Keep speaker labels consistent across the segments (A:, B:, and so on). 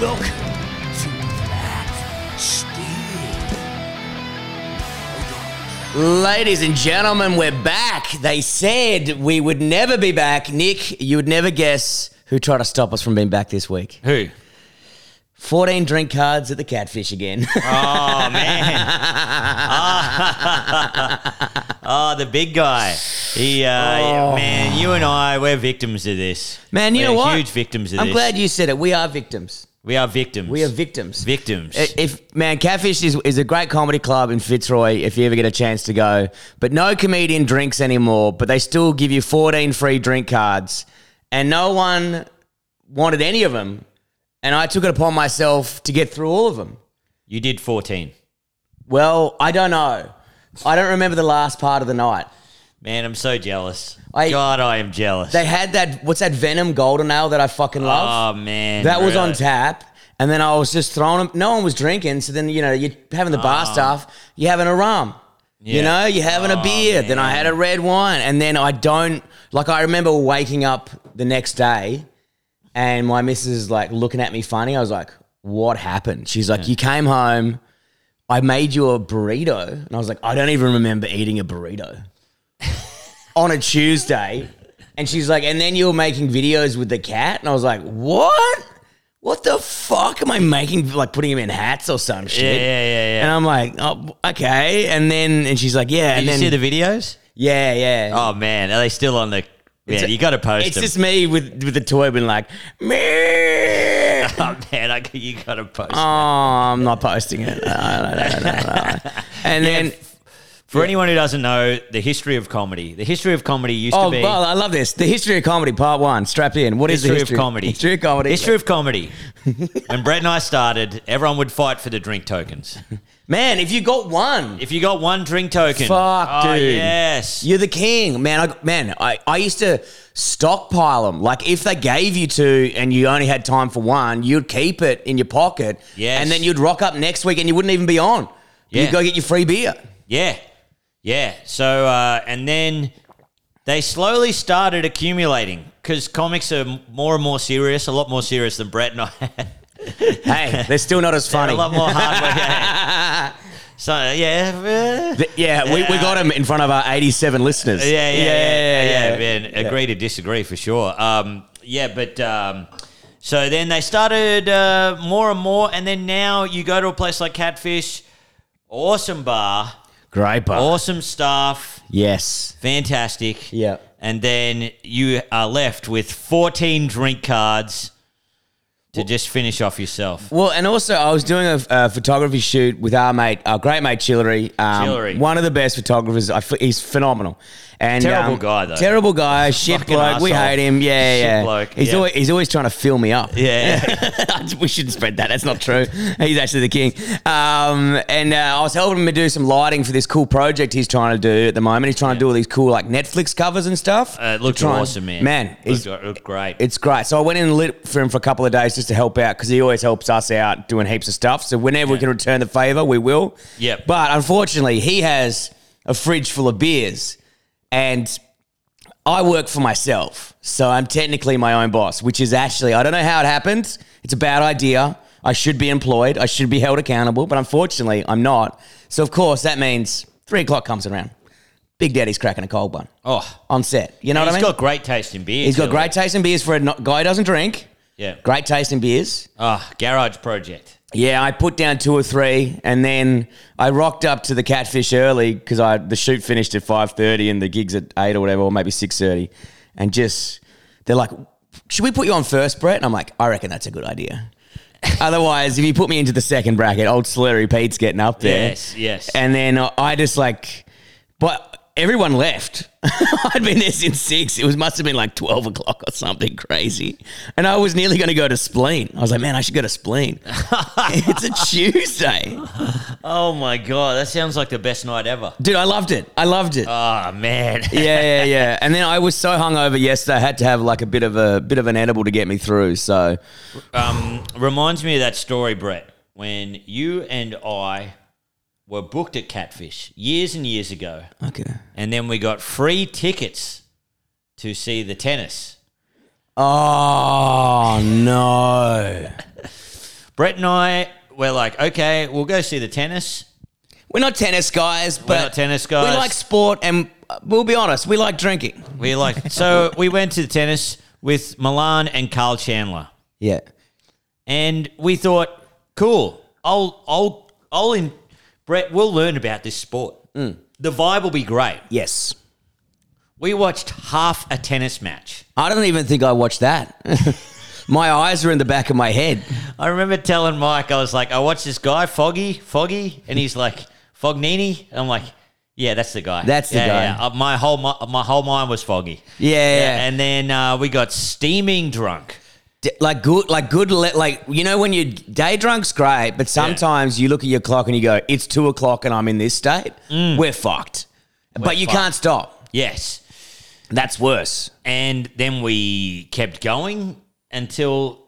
A: Welcome to Matt Steel.
B: Ladies and gentlemen, we're back. They said we would never be back. Nick, you would never guess who tried to stop us from being back this week.
C: Who?
B: 14 drink cards at the catfish again.
C: Oh man! oh, the big guy. He, uh, man, you and I, we're victims of this.
B: Man, you
C: We're
B: know what?
C: Huge victims of
B: I'm
C: this.
B: glad you said it. We are victims.
C: we are victims.
B: We are Eh. victims.
C: victims.
B: I- If man, Catfish is, is a great comedy club in Fitzroy. If you ever get a chance to go, but no comedian drinks anymore. But they still give you fourteen free drink cards, and no one wanted any of them. And I took it upon myself to get through all of them.
C: you did fourteen.
B: Well, I don't know. I don't remember the last part of the night.
C: Man, I'm so jealous.
B: I-
C: God, I am jealous.
B: They had that what's that Venom Golden Ale that I fucking love.
C: oh man,
B: That was on
C: really.
B: tap. And then I was just throwing them. No one was drinking. So then, you know, you're having the bar stuff. You're having a rum. You
C: Yeah.
B: know, you're having a beer. Then I had a red wine. And then I don't, like, I remember waking up the next day and my missus is like looking at me funny. I was like, what happened? She's like, you came home. I made you a burrito. And I was like, I don't even remember eating a burrito on a Tuesday. And she's like, and then you were making videos with the cat. And I was like, what? What the fuck am I making? Like putting him in hats or some shit.
C: Yeah, yeah, yeah, yeah.
B: And I'm like, oh, okay. And then, and she's like, yeah.
C: Did
B: and
C: you
B: then,
C: see the videos?
B: yeah, yeah.
C: Oh man, are they still on the? Yeah,
B: a-
C: you got to post
B: it's
C: them.
B: just me with with the toy being like, me.
C: oh man, I, you got to post.
B: Oh, I'm not posting it. and then,
C: For anyone who doesn't know the history of comedy, the history of comedy used
B: oh,
C: to be
B: well, I love this. The history of comedy, part one. Strap in. What is
C: history,
B: the history
C: of comedy.
B: History of comedy.
C: History of comedy. when Brett and I started, everyone would fight for the drink tokens.
B: Man, if you got one,
C: If you got one drink token,
B: Fuck,
C: oh,
B: dude.
C: yes,
B: You're the king, man. I, man, I, I used to stockpile them. Like if they gave you two and you only had time for one, you'd keep it in your pocket.
C: Yes.
B: And then you'd rock up next week and you wouldn't even be on.
C: Yeah.
B: You'd go get your free beer.
C: yeah, yeah. So uh, and then they slowly started accumulating because comics are m- more and more serious, a lot more serious than Brett and I. had.
B: Hey, they're still not as funny.
C: a lot more hard work. Yeah. So yeah, eh.
B: Th- yeah, We, we got them in front of our 87 listeners.
C: yeah, yeah, yeah, yeah,
B: yeah.
C: man. Agree to disagree for sure. Um, yeah, but um, so then they started uh, more and more, and then now you go to a place like Catfish, awesome bar,
B: Great bar.
C: awesome staff,
B: Yes.
C: fantastic.
B: Yeah.
C: And then you are left with 14 drink cards to just finish off yourself.
B: Well, and also I was doing a, a photography shoot with our mate, our great mate Chillery, um,
C: Chillery.
B: one of the best photographers. I f- he's phenomenal. And um,
C: Terrible guy, though.
B: Terrible guy, shit
C: Fucking
B: bloke. We
C: asshole.
B: hate him. Yeah,
C: Shit
B: yeah.
C: bloke,
B: He's
C: yeah.
B: always he's always trying to fill me up.
C: Yeah.
B: we shouldn't spread that. That's not true. He's actually the king. Um, and uh, I was helping him to do some lighting for this cool project he's trying to do at the moment. He's trying to do all these cool like Netflix covers and stuff.
C: Uh, it looked
B: Trying-
C: awesome, man.
B: Man, he's
C: looked, looked great.
B: it's great. So I went in and lit for him for a couple of days just to help out because he always helps us out doing heaps of stuff. So whenever we can return the favor, we will.
C: Yep.
B: But unfortunately, he has a fridge full of beers, and I work for myself, so I'm technically my own boss, which is actually I don't know how it happened. It's a bad idea. I should be employed. I should be held accountable, but unfortunately, I'm not. So of course, that means three o'clock comes around. Big Daddy's cracking a cold one
C: oh,
B: on set. You know what I
C: he's
B: mean?
C: got great taste in beer.
B: He's got
C: too.
B: great taste in beers for a no- guy who doesn't drink.
C: Yeah.
B: Great taste in beers.
C: Ah, garage project.
B: Yeah, I put down two or three, and then I rocked up to the catfish early because I the shoot finished at five thirty and the gigs at eight or whatever, or maybe six thirty, and just they're like, "Should we put you on first, Brett?" And I'm like, "I reckon that's a good idea." Otherwise, if you put me into the second bracket, old Slurry Pete's getting up there.
C: Yes, yes.
B: And then I just like, but everyone left. I'd been there since six. It was must have been like twelve o'clock or something crazy. And I was nearly going to go to Spleen. I was like, man, I should go to Spleen. it's a Tuesday,
C: Oh my god, that sounds like the best night ever.
B: dude. I loved it. I loved it.
C: Oh man.
B: yeah, yeah, yeah. And then I was so hungover yesterday, I had to have like a bit of a bit of an edible to get me through. So
C: Um, reminds me of that story, Brett, when you and I were booked at Catfish years and years ago,
B: okay.
C: and then we got free tickets to see the tennis.
B: Oh no.
C: Brett and I were like, okay, we'll go see the tennis.
B: We're not tennis guys, but
C: not tennis
B: We
C: guys.
B: like sport, and uh, we'll be honest, we like drinking.
C: We like so we went to the tennis with Milan and Carl Chandler,
B: Yeah,
C: and we thought, cool, I'll I'll I'll in Brett, we'll learn about this sport.
B: Mm.
C: The vibe will be great.
B: yes.
C: We watched half a tennis match.
B: I don't even think I watched that. my eyes were in the back of my head.
C: I remember telling Mike, I was like, I watched this guy, Foggy, Foggy, and he's like, Fognini. And I'm like, yeah, that's the guy.
B: That's the
C: Yeah,
B: guy.
C: yeah. Uh, my whole my, my whole mind was Foggy.
B: Yeah, yeah.
C: And then uh, we got steaming drunk.
B: D- like good, like good, le- like you know when you day drunk's great, but sometimes you look at your clock and you go, "It's two o'clock and I'm in this state. We're fucked." but you
C: Mm. fucked.
B: can't stop.
C: Yes.
B: That's worse.
C: And then we kept going until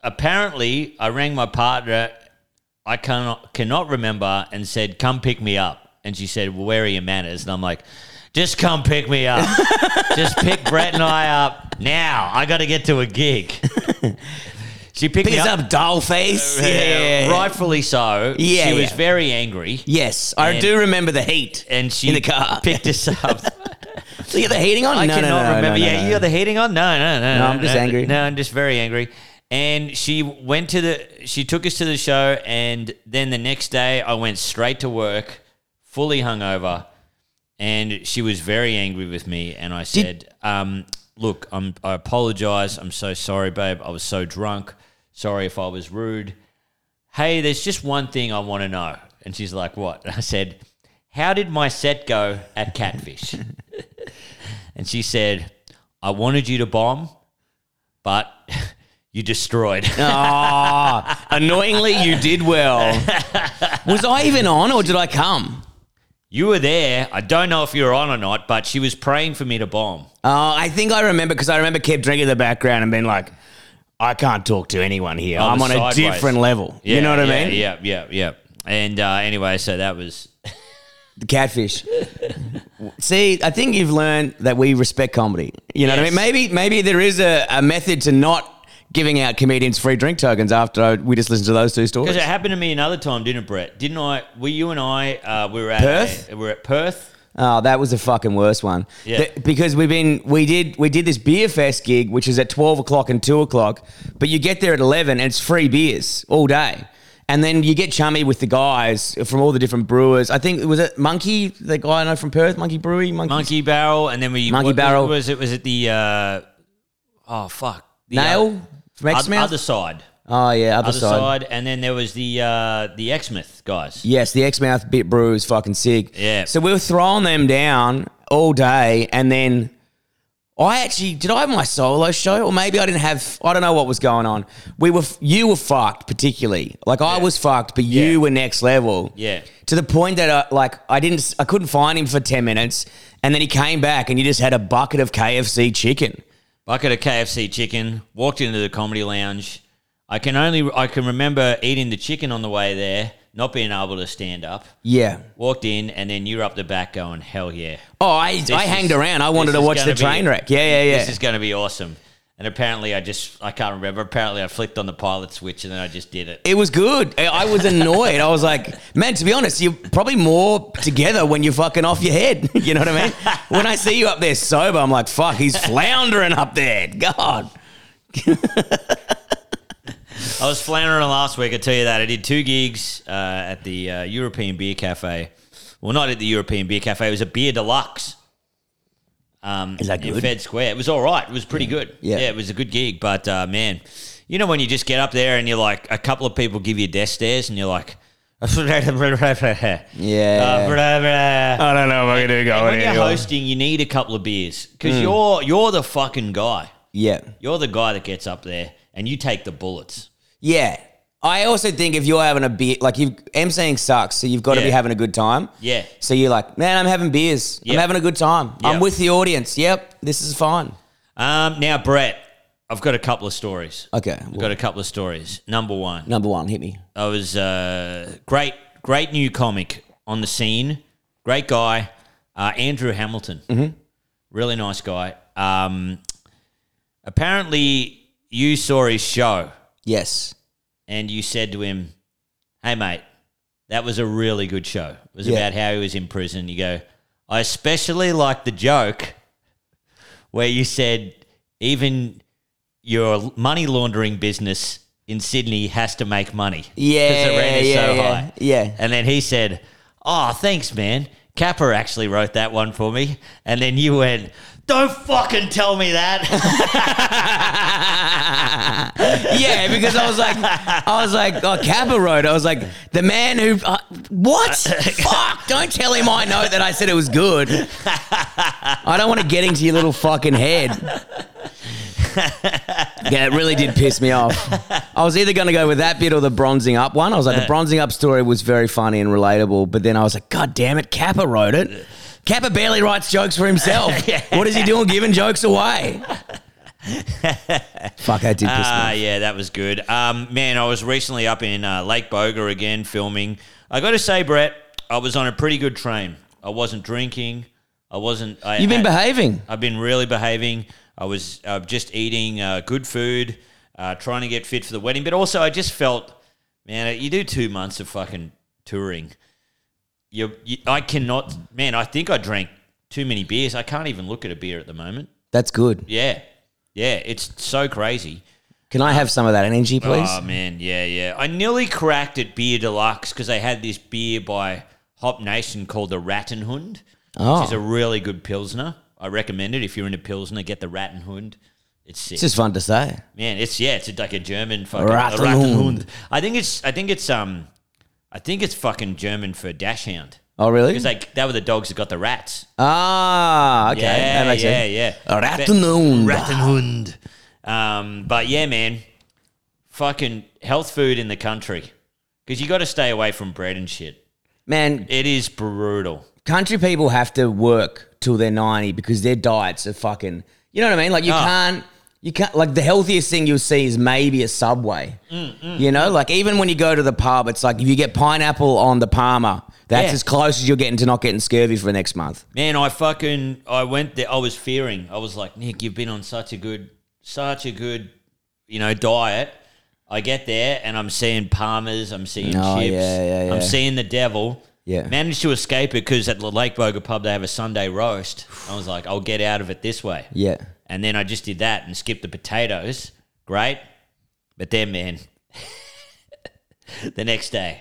C: apparently I rang my partner. I cannot cannot remember and said, "Come pick me up." And she said, well, "Where are your manners?" And I'm like, "Just come pick me up. Just pick Brett and I up now. I got to get to a gig." she picked me
B: Pick us
C: up.
B: up, doll face.
C: Yeah, rightfully so.
B: Yeah,
C: she was
B: yeah.
C: very angry,
B: Yes, I
C: And-
B: do remember the heat.
C: and she
B: In the car.
C: picked us up.
B: So you got the heating on?
C: I
B: no, no, no,
C: cannot
B: no,
C: remember.
B: no,
C: yeah,
B: no.
C: you got the heating on? No, no, no.
B: No, I'm just angry.
C: No, I'm just very angry. And she went to the. She took us to the show, and then the next day I went straight to work, fully hungover, and she was very angry with me. And I said, um, "Look, I'm. I apologize. I'm so sorry, babe. I was so drunk. Sorry if I was rude. Hey, there's just one thing I want to know." And she's like, "What?" I said, "How did my set go at Catfish?" And she said, I wanted you to bomb, but you destroyed.
B: Ah, annoyingly, you did well. Was I even on, or did I come?
C: you were there. I don't know if you were on or not, but she was praying for me to bomb.
B: Oh, I think I remember because I remember kept drinking in the background and being like, I can't talk to anyone here.
C: I
B: I'm on
C: was
B: a
C: Oh, sideways.
B: different level. you know what I
C: yeah,
B: mean?
C: Yeah, yeah, yeah. And uh, anyway, so that was.
B: The catfish. See, I think you've learned that we respect comedy. You know what I
C: Yes.
B: mean? Maybe maybe there is a, a method to not giving out comedians free drink tokens after I, we just listened to those two stories.
C: Because it happened to me another time, didn't it, Brett? Didn't I? Were you and I? Uh, we were at
B: Perth?
C: A, we were at Perth.
B: Oh, that was the fucking worst one.
C: Yeah.
B: Th- because we've been we did we did this beer fest gig, which is at twelve o'clock and two o'clock, but you get there at eleven and it's free beers all day. And then you get chummy with the guys from all the different brewers. I think was it Monkey, the guy I know from Perth, Monkey Brewery, Monkey,
C: Monkey Barrel, and then we
B: Monkey
C: what
B: Barrel.
C: was it? Was it the? Uh, oh fuck! The,
B: Nail from
C: Uh,
B: X
C: other, other
B: Mouth.
C: side.
B: Oh yeah, other,
C: Other
B: side.
C: side, and then there was the uh, the Exmouth guys.
B: Yes, the X Mouth Bit Brew is fucking sick.
C: Yeah.
B: So we were throwing them down all day, and then I actually did I have my solo show, or maybe I didn't have. I don't know what was going on. We were you were fucked particularly. Like I was fucked, but you
C: Yeah.
B: were next level.
C: Yeah.
B: To the point that I, like I didn't I couldn't find him for ten minutes, and then he came back, and you just had a bucket of KFC chicken.
C: bucket of KFC chicken, walked into the comedy lounge. I can only I can remember eating the chicken on the way there, not being able to stand up.
B: Yeah.
C: Walked in and then you're up the back going, Hell yeah.
B: Oh, I I hanged
C: is-
B: around. I wanted
C: this
B: to
C: is
B: watch the
C: gonna be-
B: train wreck. Yeah, yeah, yeah.
C: This is gonna be awesome. And apparently I just I can't remember. Apparently I flicked on the pilot switch and then I just did it.
B: It was good. I- I was annoyed. I was like, man, to be honest, you're probably more together when you're fucking off your head. You know what I mean? When I see you up there sober, I'm like, fuck, he's floundering up there. God.
C: I was floundering last week, I tell you that. I did two gigs uh, at the uh, European Beer Cafe. Well, not at the European Beer Cafe, it was a beer deluxe. Um,
B: Is that
C: in
B: good?
C: Fed Square. It was all right. It was pretty good.
B: Yeah.
C: it was a good gig. But uh, man, you know when you just get up there and you're like, a couple of people give you death stares, and you're like, Uh,
B: Yeah. Oh,
C: yeah.
B: I don't know if I can do
C: when you're hosting, you need a couple of beers
B: Mm.
C: because you're you're the fucking guy.
B: Yeah.
C: You're the guy that gets up there and you take the bullets.
B: Yeah. I also think if you're having a beer, like you've emceeing sucks, so you've got to
C: Yeah.
B: be having a good time.
C: Yeah.
B: So you're like, man, I'm having beers.
C: Yep.
B: I'm having a good time. I'm
C: Yep.
B: with the audience. Yep, this is fine.
C: Um, now, Brett, I've got a couple of stories.
B: Okay.
C: I've got a couple of stories. Number one,
B: Number one, hit me.
C: I was uh, great, great new comic on the scene. Great guy, uh, Andrew Hamilton. Really nice guy. Um, apparently, you saw his show
B: Yes.
C: and you said to him, "Hey, mate, that was a really good show. It was
B: Yeah.
C: about how he was in prison." You go, "I especially like the joke where you said even your money laundering business in Sydney has to make money
B: Yeah,
C: the rent is
B: yeah,
C: so
B: yeah,
C: high."
B: yeah.
C: and then he said, "Oh, thanks, man." Kappa actually wrote that one for me, and then you went, "Don't fucking tell me that."
B: yeah, because I was like, I was like, oh, Kappa wrote. I was like, the man who, uh, what? Fuck! Don't tell him I know that I said it was good. I don't want to get into your little fucking head. Yeah, it really did piss me off. I was either going to go with that bit or the bronzing up one. I was like, the bronzing up story was very funny and relatable, but then I was like, God damn it, Kappa wrote it. Kappa barely writes jokes for himself. What is he doing giving jokes away? Fuck, that did piss me off.
C: Ah, yeah, that was good. Um, man, I was recently up in uh, Lake Boga again filming. I got to say, Brett, I was on a pretty good train. I wasn't drinking. I wasn't. I,
B: You've been
C: I-
B: behaving.
C: I've been really behaving. I was uh, just eating uh, good food, uh, trying to get fit for the wedding, but also I just felt, man, you do two months of fucking touring. You, you, I cannot, man. I think I drank too many beers. I can't even look at a beer at the moment.
B: That's good.
C: Yeah, yeah, it's so crazy.
B: Can I have some of that energy, please?
C: Oh man, yeah, yeah. I nearly cracked at Beer Deluxe because they had this beer by Hop Nation called the Rattenhund,
B: Oh.
C: which is a really good pilsner. I recommend it if you're into pilsner, get the Rattenhund. It's sick,
B: it's just fun to say.
C: man. It's yeah, it's like a German fucking
B: Rattenhund.
C: Rattenhund. I think it's I think it's um, I think it's fucking German for dashhound.
B: Oh, really?
C: It's like they were the dogs that got the rats.
B: ah, okay.
C: Yeah,
B: that makes
C: yeah,
B: sense.
C: yeah.
B: A Rattenhund.
C: Rattenhund. Um, but yeah, man, fucking health food in the country because you got to stay away from bread and shit.
B: Man,
C: It is brutal.
B: country people have to work till they're 90 because their diets are fucking, you know what I mean? Like, you
C: Oh.
B: can't, you can't, like, the healthiest thing you'll see is maybe a Subway.
C: Mm,
B: you know, like, even when you go to the pub, it's like if you get pineapple on the Palmer, that's
C: Yeah.
B: as close as you're getting to not getting scurvy for the next month.
C: Man, I fucking I went there. I was fearing. I was like, Nick, you've been on such a good, such a good, you know, diet. I get there and I'm seeing Palmers, I'm seeing
B: Oh,
C: chips,
B: yeah, yeah, yeah.
C: I'm seeing the devil.
B: Yeah.
C: managed to escape it because at the Lake Boga pub they have a Sunday roast. I was like, I'll get out of it this way.
B: Yeah.
C: And then I just did that and skipped the potatoes. Great. But then, man, the next day,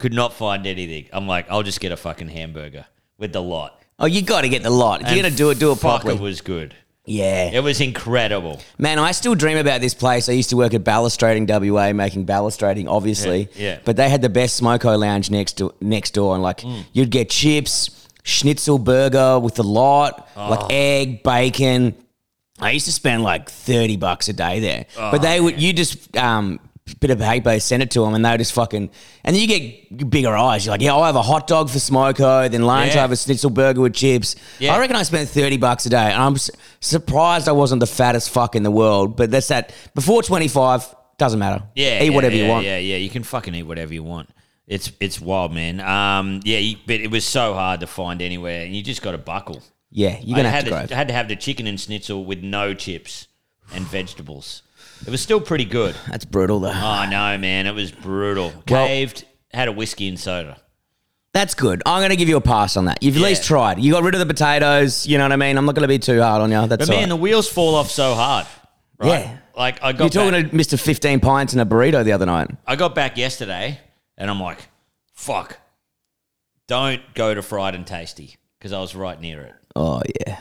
C: could not find anything. I'm like, I'll just get a fucking hamburger with the lot.
B: Oh, you got to get the lot. If you're going to do it, do it
C: Fuck,
B: properly.
C: it was good.
B: yeah.
C: It was incredible.
B: Man, I still dream about this place. I used to work at Balustrading WA, making balustrading, obviously.
C: Yeah, yeah.
B: But they had the best smoko lounge next to next door, and like
C: Mm.
B: you'd get chips, schnitzel burger with a lot,
C: Oh.
B: like egg, bacon. I used to spend like thirty bucks a day there,
C: Oh,
B: but they would you just um bit of paper send it to them, and they would just fucking and you get bigger eyes. You're like, yeah, I will have a hot dog for smoko, then lunch
C: Yeah.
B: I have a schnitzel burger with chips.
C: Yeah.
B: I reckon I spent thirty bucks a day, and I'm s- surprised I wasn't the fattest fuck in the world. But that's that. Before twenty five, doesn't matter.
C: Yeah,
B: eat
C: yeah,
B: whatever
C: yeah,
B: you want.
C: Yeah, yeah, you can fucking eat whatever you want. It's it's wild, man. Um, yeah, you, but it was so hard to find anywhere, and you just got to buckle.
B: Yeah, you're gonna
C: I
B: have to
C: had the-
B: grow.
C: had to have the chicken and schnitzel with no chips and vegetables. It was still pretty good.
B: That's brutal though.
C: Oh no, man, it was brutal.
B: Well-
C: Caved, had a whiskey and soda.
B: That's good. I'm gonna give you a pass on that. You've at
C: Yeah.
B: least tried. You got rid of the potatoes. You know what I mean. I'm not gonna be too hard on you. That's
C: But
B: all
C: man,
B: right.
C: the wheels fall off so hard. Right?
B: Yeah.
C: Like I got
B: You're talking
C: back,
B: to Mister Fifteen Pints and a burrito the other night.
C: I got back yesterday and I'm like, fuck. Don't go to Fried and Tasty because I was right near it.
B: Oh yeah,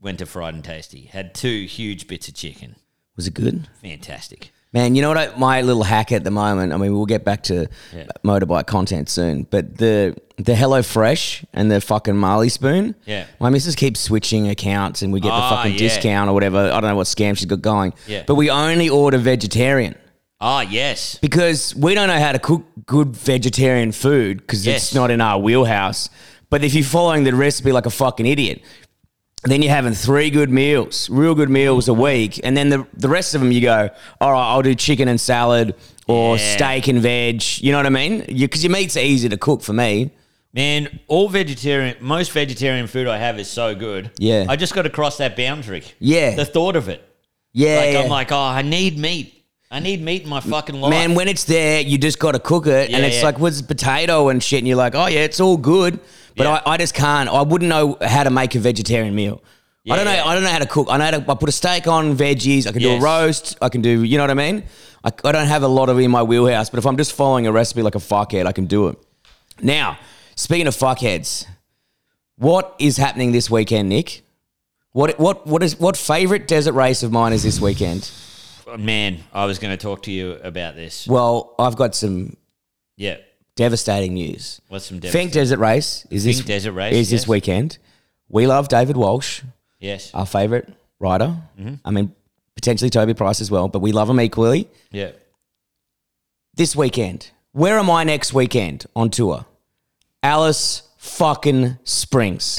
C: Went to Fried and Tasty. Had two huge bits of chicken.
B: was it good?
C: Fantastic.
B: Man, you know what? I, my little hack at the moment. I mean, we'll get back to
C: Yeah.
B: motorbike content soon, but the the Hello Fresh and the fucking Marley Spoon.
C: Yeah.
B: my missus keeps switching accounts, and we get the
C: Ah,
B: fucking
C: yeah.
B: discount or whatever. I don't know what scam she's got going.
C: Yeah.
B: but we only order vegetarian
C: Ah, yes.
B: because we don't know how to cook good vegetarian food because
C: Yes.
B: it's not in our wheelhouse. But if you're following the recipe like a fucking idiot, then you're having three good meals, real good meals a week. And then the, the rest of them, you go, all right, I'll do chicken and salad or
C: Yeah.
B: steak and veg. You know what I mean? Because your meats are easy to cook for me.
C: Man, all vegetarian, most vegetarian food I have is so good.
B: Yeah.
C: I just got to cross that boundary.
B: Yeah.
C: The thought of it.
B: Yeah.
C: Like,
B: yeah.
C: I'm like, oh, I need meat. I need meat in my fucking life.
B: Man, when it's there, you just got to cook it,
C: Yeah,
B: and it's
C: yeah.
B: like what's potato and shit, and you're like, oh yeah, it's all good, but
C: Yeah.
B: I, I just can't. I wouldn't know how to make a vegetarian meal.
C: Yeah,
B: I don't know.
C: yeah.
B: I don't know how to cook. I know how to, I put a steak on veggies. I can do
C: Yes.
B: a roast. I can do. You know what I mean? I, I don't have a lot of it in my wheelhouse, but if I'm just following a recipe like a fuckhead, I can do it. Now, speaking of fuckheads, what is happening this weekend, Nick? What what what is what favorite desert race of mine is this weekend?
C: Man, I was going to talk to you about this.
B: Well, I've got some
C: Yeah.
B: devastating news.
C: What's some
B: Fink
C: devastation?
B: Desert Race is this
C: Fink Desert Race,
B: is
C: yes.
B: this weekend. We love David Walsh,
C: Yes.
B: our favorite rider.
C: Mm-hmm.
B: I mean, potentially Toby Price as well, but we love him equally.
C: Yeah.
B: This weekend, where am I next weekend on tour? Alice fucking Springs.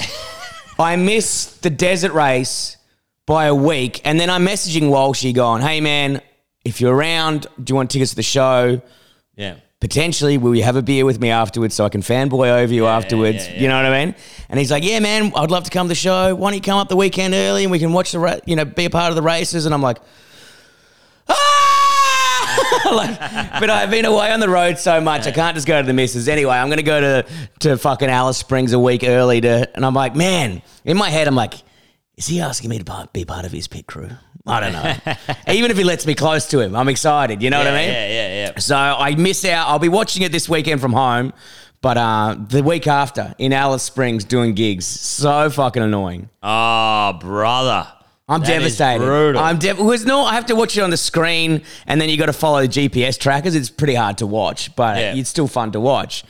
B: I miss the Desert Race by a week, and then I'm messaging Walshy going, "Hey man, if you're around, do you want tickets to the show?"
C: Yeah.
B: potentially will you have a beer with me afterwards so I can fanboy over you afterwards?
C: yeah,
B: You know what I mean? And he's like, yeah, man, I'd love to come to the show. Why don't you come up the weekend early and we can watch the, ra- you know, be a part of the races? And I'm like, "Ah!" like, but I've been away on the road so much, I can't just go to the missus. Anyway, I'm gonna go to to fucking Alice Springs a week early to, and I'm like, man, in my head, I'm like, is he asking me to part- be part of his pit crew? I don't know. Even if he lets me close to him, I'm excited. You know
C: yeah,
B: what I mean?
C: yeah, yeah, yeah.
B: So I miss out. I'll be watching it this weekend from home, but uh, the week after in Alice Springs doing gigs. So fucking annoying.
C: Oh, brother.
B: I'm
C: That is
B: devastated.
C: brutal.
B: I'm dev- was no. I have to watch it on the screen, and then you got to follow the GPS trackers. It's pretty hard to watch, but
C: Yeah.
B: it's still fun to watch.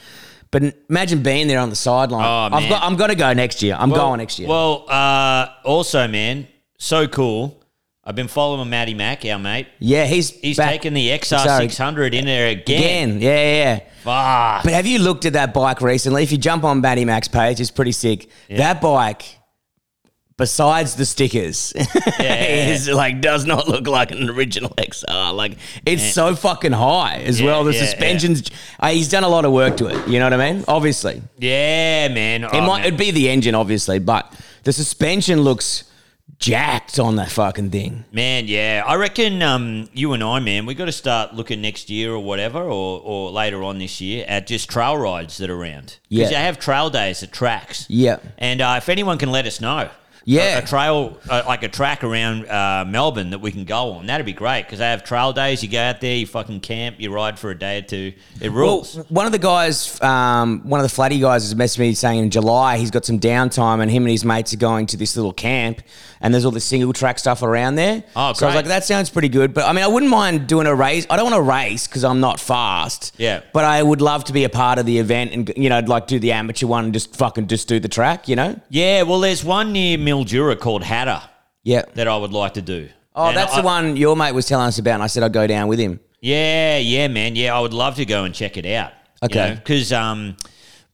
B: But n- imagine being there on the sideline.
C: Oh,
B: I've
C: man.
B: got. I'm gonna go next year. I'm
C: Well-
B: going next year.
C: Well, uh, also, man, so cool. I've been following Matty Mack, our mate.
B: yeah, he's
C: He's
B: back
C: taken the XR600 in there again.
B: again. Yeah, yeah. yeah.
C: Fuck.
B: But have you looked at that bike recently? If you jump on Batty Mac's page, it's pretty sick. That bike, besides the stickers, is like does not look like an original XR. Like it's so fucking high as
C: Yeah,
B: well. The
C: yeah, yeah.
B: suspensions. Uh, he's done a lot of work to it. You know what I mean? Obviously, it
C: Yeah, Oh, man. It
B: might it'd be the engine, obviously, but the suspension looks jacked on that fucking thing.
C: Man, yeah, I reckon um, you and I, man, we got to start looking next year or whatever, or, or later on this year at just trail rides that are around.
B: Yeah.
C: because they have trail days at tracks.
B: Yeah.
C: and uh, if anyone can let us know,
B: Yeah.
C: a, a trail uh, like a track around uh, Melbourne that we can go on, that'd be great because they have trail days. You go out there, you fucking camp, you ride for a day or two. It
B: Well,
C: rules.
B: one of the guys, um, one of the flatty guys, has messaged me saying in July he's got some downtime, and him and his mates are going to this little camp, and there's all this single track stuff around there.
C: Oh,
B: So I was
C: great.
B: like, that sounds pretty good. But I mean, I wouldn't mind doing a race. I don't want to race because I'm not fast.
C: Yeah.
B: But I would love to be a part of the event, and you know, I'd like do the amateur one and just fucking just do the track. You know?
C: yeah, well, there's one near Mildura called Hatter
B: Yeah.
C: that I would like to do.
B: Oh,
C: And
B: that's
C: I-
B: the one your mate was telling us about, and I said I'd go down with him.
C: Yeah, yeah, man. Yeah, I would love to go and check it out.
B: Okay.
C: Because, um,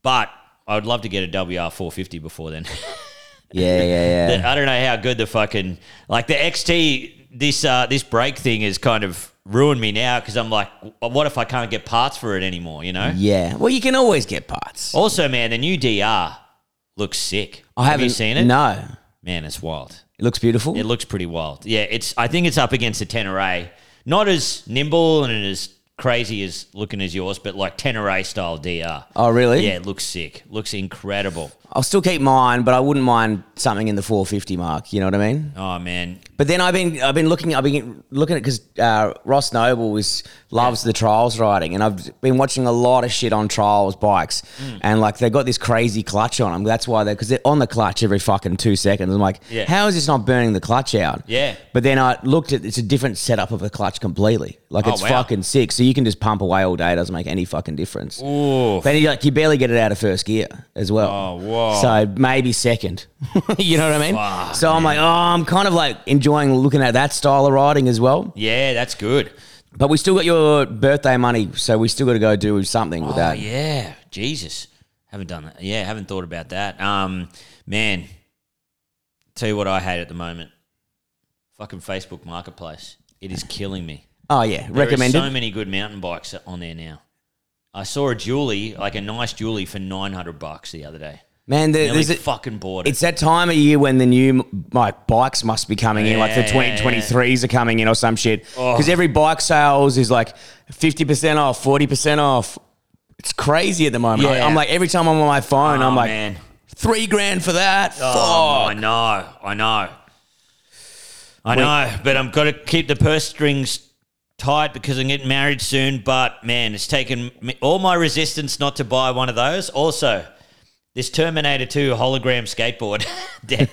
C: but I would love to get a WR450 before then.
B: Yeah, yeah, yeah.
C: I don't know how good the fucking like the XT this uh this brake thing has kind of ruined me now because I'm like, w- what if I can't get parts for it anymore? You know.
B: yeah. Well, you can always get parts.
C: Also, man, the new DR looks sick.
B: I haven't
C: Have you seen it?
B: No.
C: Man, it's wild.
B: It looks beautiful.
C: It looks pretty wild. Yeah, it's. I think it's up against a Tenere. Not as nimble and as crazy as looking as yours, but like Tenere style DR.
B: oh, really?
C: Yeah, it looks sick. Looks incredible.
B: I'll still keep mine, but I wouldn't mind something in the 450 mark. You know what I mean?
C: Oh man,
B: But then I've been I've been looking I've been looking at because uh, Ross Noble is loves the trials riding, and I've been watching a lot of shit on trials bikes,
C: Mm.
B: and like they got this crazy clutch on them. That's why they because they're on the clutch every fucking two seconds. I'm like,
C: Yeah.
B: how is this not burning the clutch out?
C: Yeah.
B: But then I looked at it's a different setup of a clutch completely. Like
C: Oh,
B: it's
C: wow.
B: fucking sick. So you can just pump away all day. It doesn't make any fucking difference.
C: Ooh.
B: But you, like you barely get it out of first gear as well.
C: Oh, whoa.
B: So maybe second. you know what I mean?
C: Fuck,
B: so I'm like, oh, I'm kind of like enjoying looking at that style of riding as well.
C: yeah, that's good.
B: But we still got your birthday money, so we still got to go do something with
C: Oh
B: that.
C: yeah, Jesus, haven't done that. Yeah, haven't thought about that. Um, man, tell you what I hate at the moment, fucking Facebook Marketplace. It is killing me.
B: Oh yeah,
C: There are
B: recommended.
C: so many good mountain bikes on there now. I saw a Julie, like a nice Julie, for nine hundred bucks the other day.
B: Man, there,
C: Nearly
B: there's a,
C: fucking bored.
B: it's that time of year when the new m- like bikes must be coming in, like the
C: Yeah, yeah,
B: 2023s are coming in or some shit. Because every bike sales is like 50% off, 40% off. It's crazy at the moment.
C: Yeah.
B: I'm like, every time I'm on my phone,
C: Oh,
B: I'm like,
C: man.
B: three grand for that.
C: Oh,
B: Fuck.
C: I know, I know, I know. But I've got to keep the purse strings tight because I'm getting married soon. But man, it's taken me, all my resistance not to buy one of those. Also, this Terminator 2 hologram skateboard deck.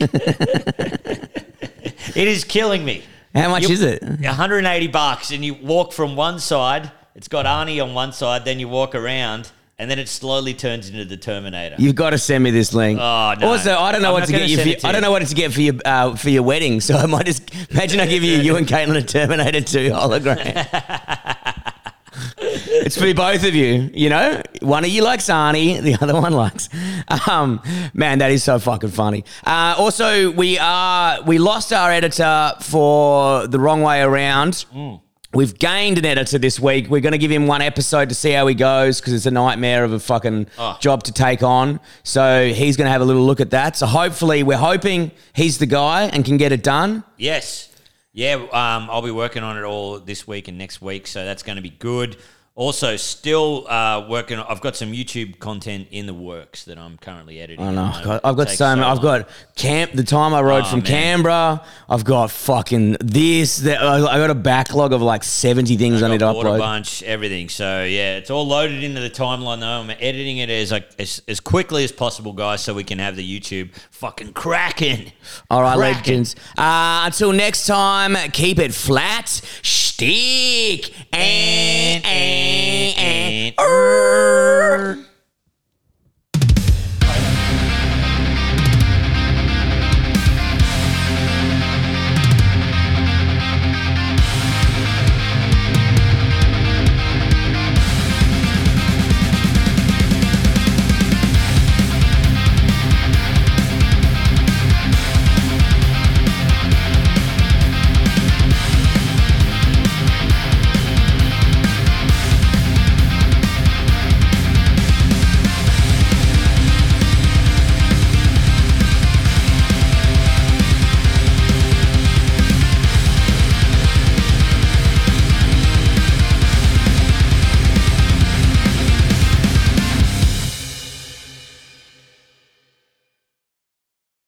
C: it is killing me.
B: How much is it?
C: 180 bucks, and you walk from one side. It's got Arnie on one side, then you walk around, and then it slowly turns into the Terminator.
B: You've got to send me this link.
C: Oh, no.
B: Also, I don't know
C: I'm
B: what
C: not
B: to get
C: gonna
B: you. For,
C: send
B: your-
C: it to
B: I don't
C: you.
B: know what to get for your uh, for your wedding. So I might just imagine I give you you and Caitlin a Terminator Two hologram. it's for both of you. You know, one of you likes Arnie, the other one likes. Um, man, that is so fucking funny. Uh, also, we are we lost our editor for the wrong way around. We've gained an editor this week. We're going to give him one episode to see how he goes because it's a nightmare of a fucking
C: Oh.
B: job to take on. So he's going to have a little look at that. So hopefully, we're hoping he's the guy and can get it done.
C: Yes. Yeah, um, I'll be working on it all this week and next week, so that's going to be good. Also, still uh, working. I've got some YouTube content in the works that I'm currently editing.
B: I
C: at
B: know.
C: the
B: I've
C: moment.
B: got, I've got
C: It takes
B: so many. I've
C: long.
B: got camp. The time I rode
C: Oh,
B: from
C: man.
B: Canberra. I've got fucking this. That I I got a backlog of like seventy things I,
C: I've
B: need to
C: got Water
B: upload.
C: bunch, everything. So yeah, it's all loaded into the timeline though. I'm editing it as like as, as quickly as possible, guys, so we can have the YouTube fucking cracking.
B: All right,
C: Cracking.
B: legends. Uh, until next time, keep it flat, stick, and,